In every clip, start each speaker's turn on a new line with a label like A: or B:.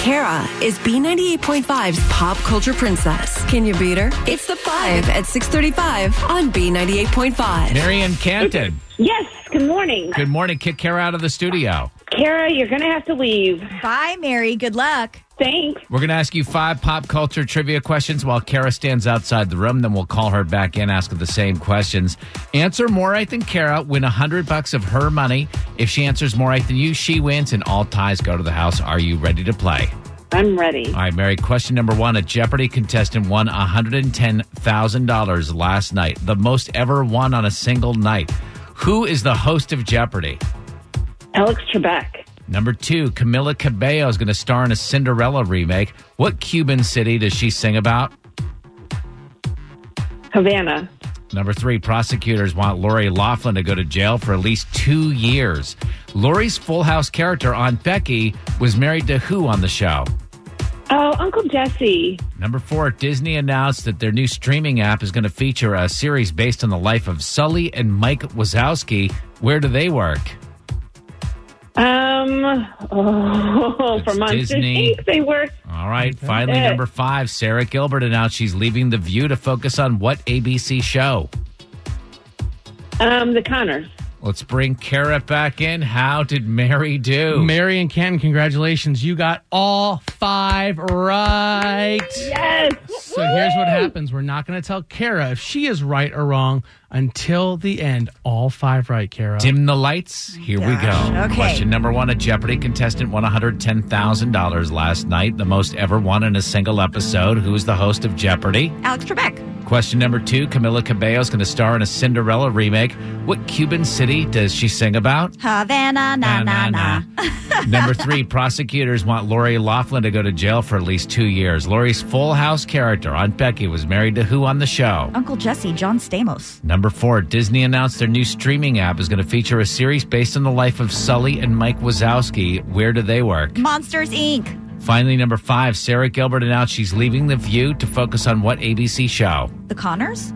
A: Kara is B98.5's pop culture princess. Can you beat her? It's the 5 at 635 on B98.5.
B: Marion Canton.
C: Yes, good morning.
B: Good morning. Kick Kara out of the studio.
C: Kara, you're going to have to leave.
D: Bye, Mary. Good luck.
C: Thanks.
B: We're going to ask you five pop culture trivia questions while Kara stands outside the room. Then we'll call her back in, ask her the same questions. Answer more right than Kara, win a hundred bucks of her money. If she answers more right than you, she wins, and all ties go to the house. Are you ready to play?
C: I'm ready.
B: All right, Mary. Question number one: A Jeopardy contestant won one hundred and ten thousand dollars last night, the most ever won on a single night. Who is the host of Jeopardy?
C: Alex Trebek,
B: Number two, Camila Cabello is going to star in a Cinderella remake. What Cuban city does she sing about?
C: Havana,
B: Number three, prosecutors want Lori Laughlin to go to jail for at least two years. Lori's Full House character, Aunt Becky, was married to who on the show?
C: oh, Uncle Jesse,
B: Number four, Disney announced that their new streaming app is going to feature a series based on the life of Sully and Mike Wazowski. Where do they work?
C: um, oh, for
B: It's
C: months. I
B: Disney.
C: think they were.
B: All right. Finally,
C: Yeah.
B: number five, Sarah Gilbert announced she's leaving The View to focus on what ABC show?
C: Um, the Connors.
B: Let's bring Kara back in. How did Mary do?
E: Mary and Ken, congratulations. You got all five right.
C: Yes.
E: So here's what happens. We're not going to tell Kara if she is right or wrong until the end. All five right, Kara.
B: Dim the lights. Here we go.
D: okay.
B: Question number one A Jeopardy contestant won $110,000 last night, the most ever won in a single episode. Who is the host of Jeopardy?
D: Alex Trebek.
B: Question number two Camila Cabello is going to star in a Cinderella remake. What Cuban city does she sing about?
D: Havana, na, na, na.
B: Number three, prosecutors want Lori Laughlin to go to jail for at least two years. Lori's full house character, Aunt Becky, was married to who on the show?
D: Uncle Jesse, John Stamos.
B: Number four, Disney announced their new streaming app is going to feature a series based on the life of Sully and Mike Wazowski. Where do they work?
D: Monsters, Inc.
B: Finally, number five, Sarah Gilbert announced she's leaving The View to focus on what ABC show?
D: The Connors.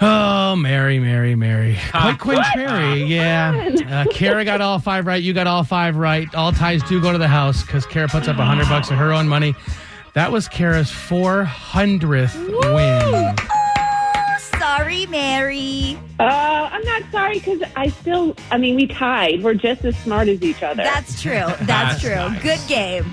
E: Oh, Mary, Mary, Mary. Quick, quick, Mary. Yeah. Uh, Kara got all five right. You got all five right. All ties do go to the house because Kara puts up a 100 bucks of her own money. That was Kara's 400th win.
D: Oh, sorry, Mary.
C: Uh, I'm not sorry because I still, I mean, we tied. We're just as smart as each other.
D: That's true. That's, true. Good game.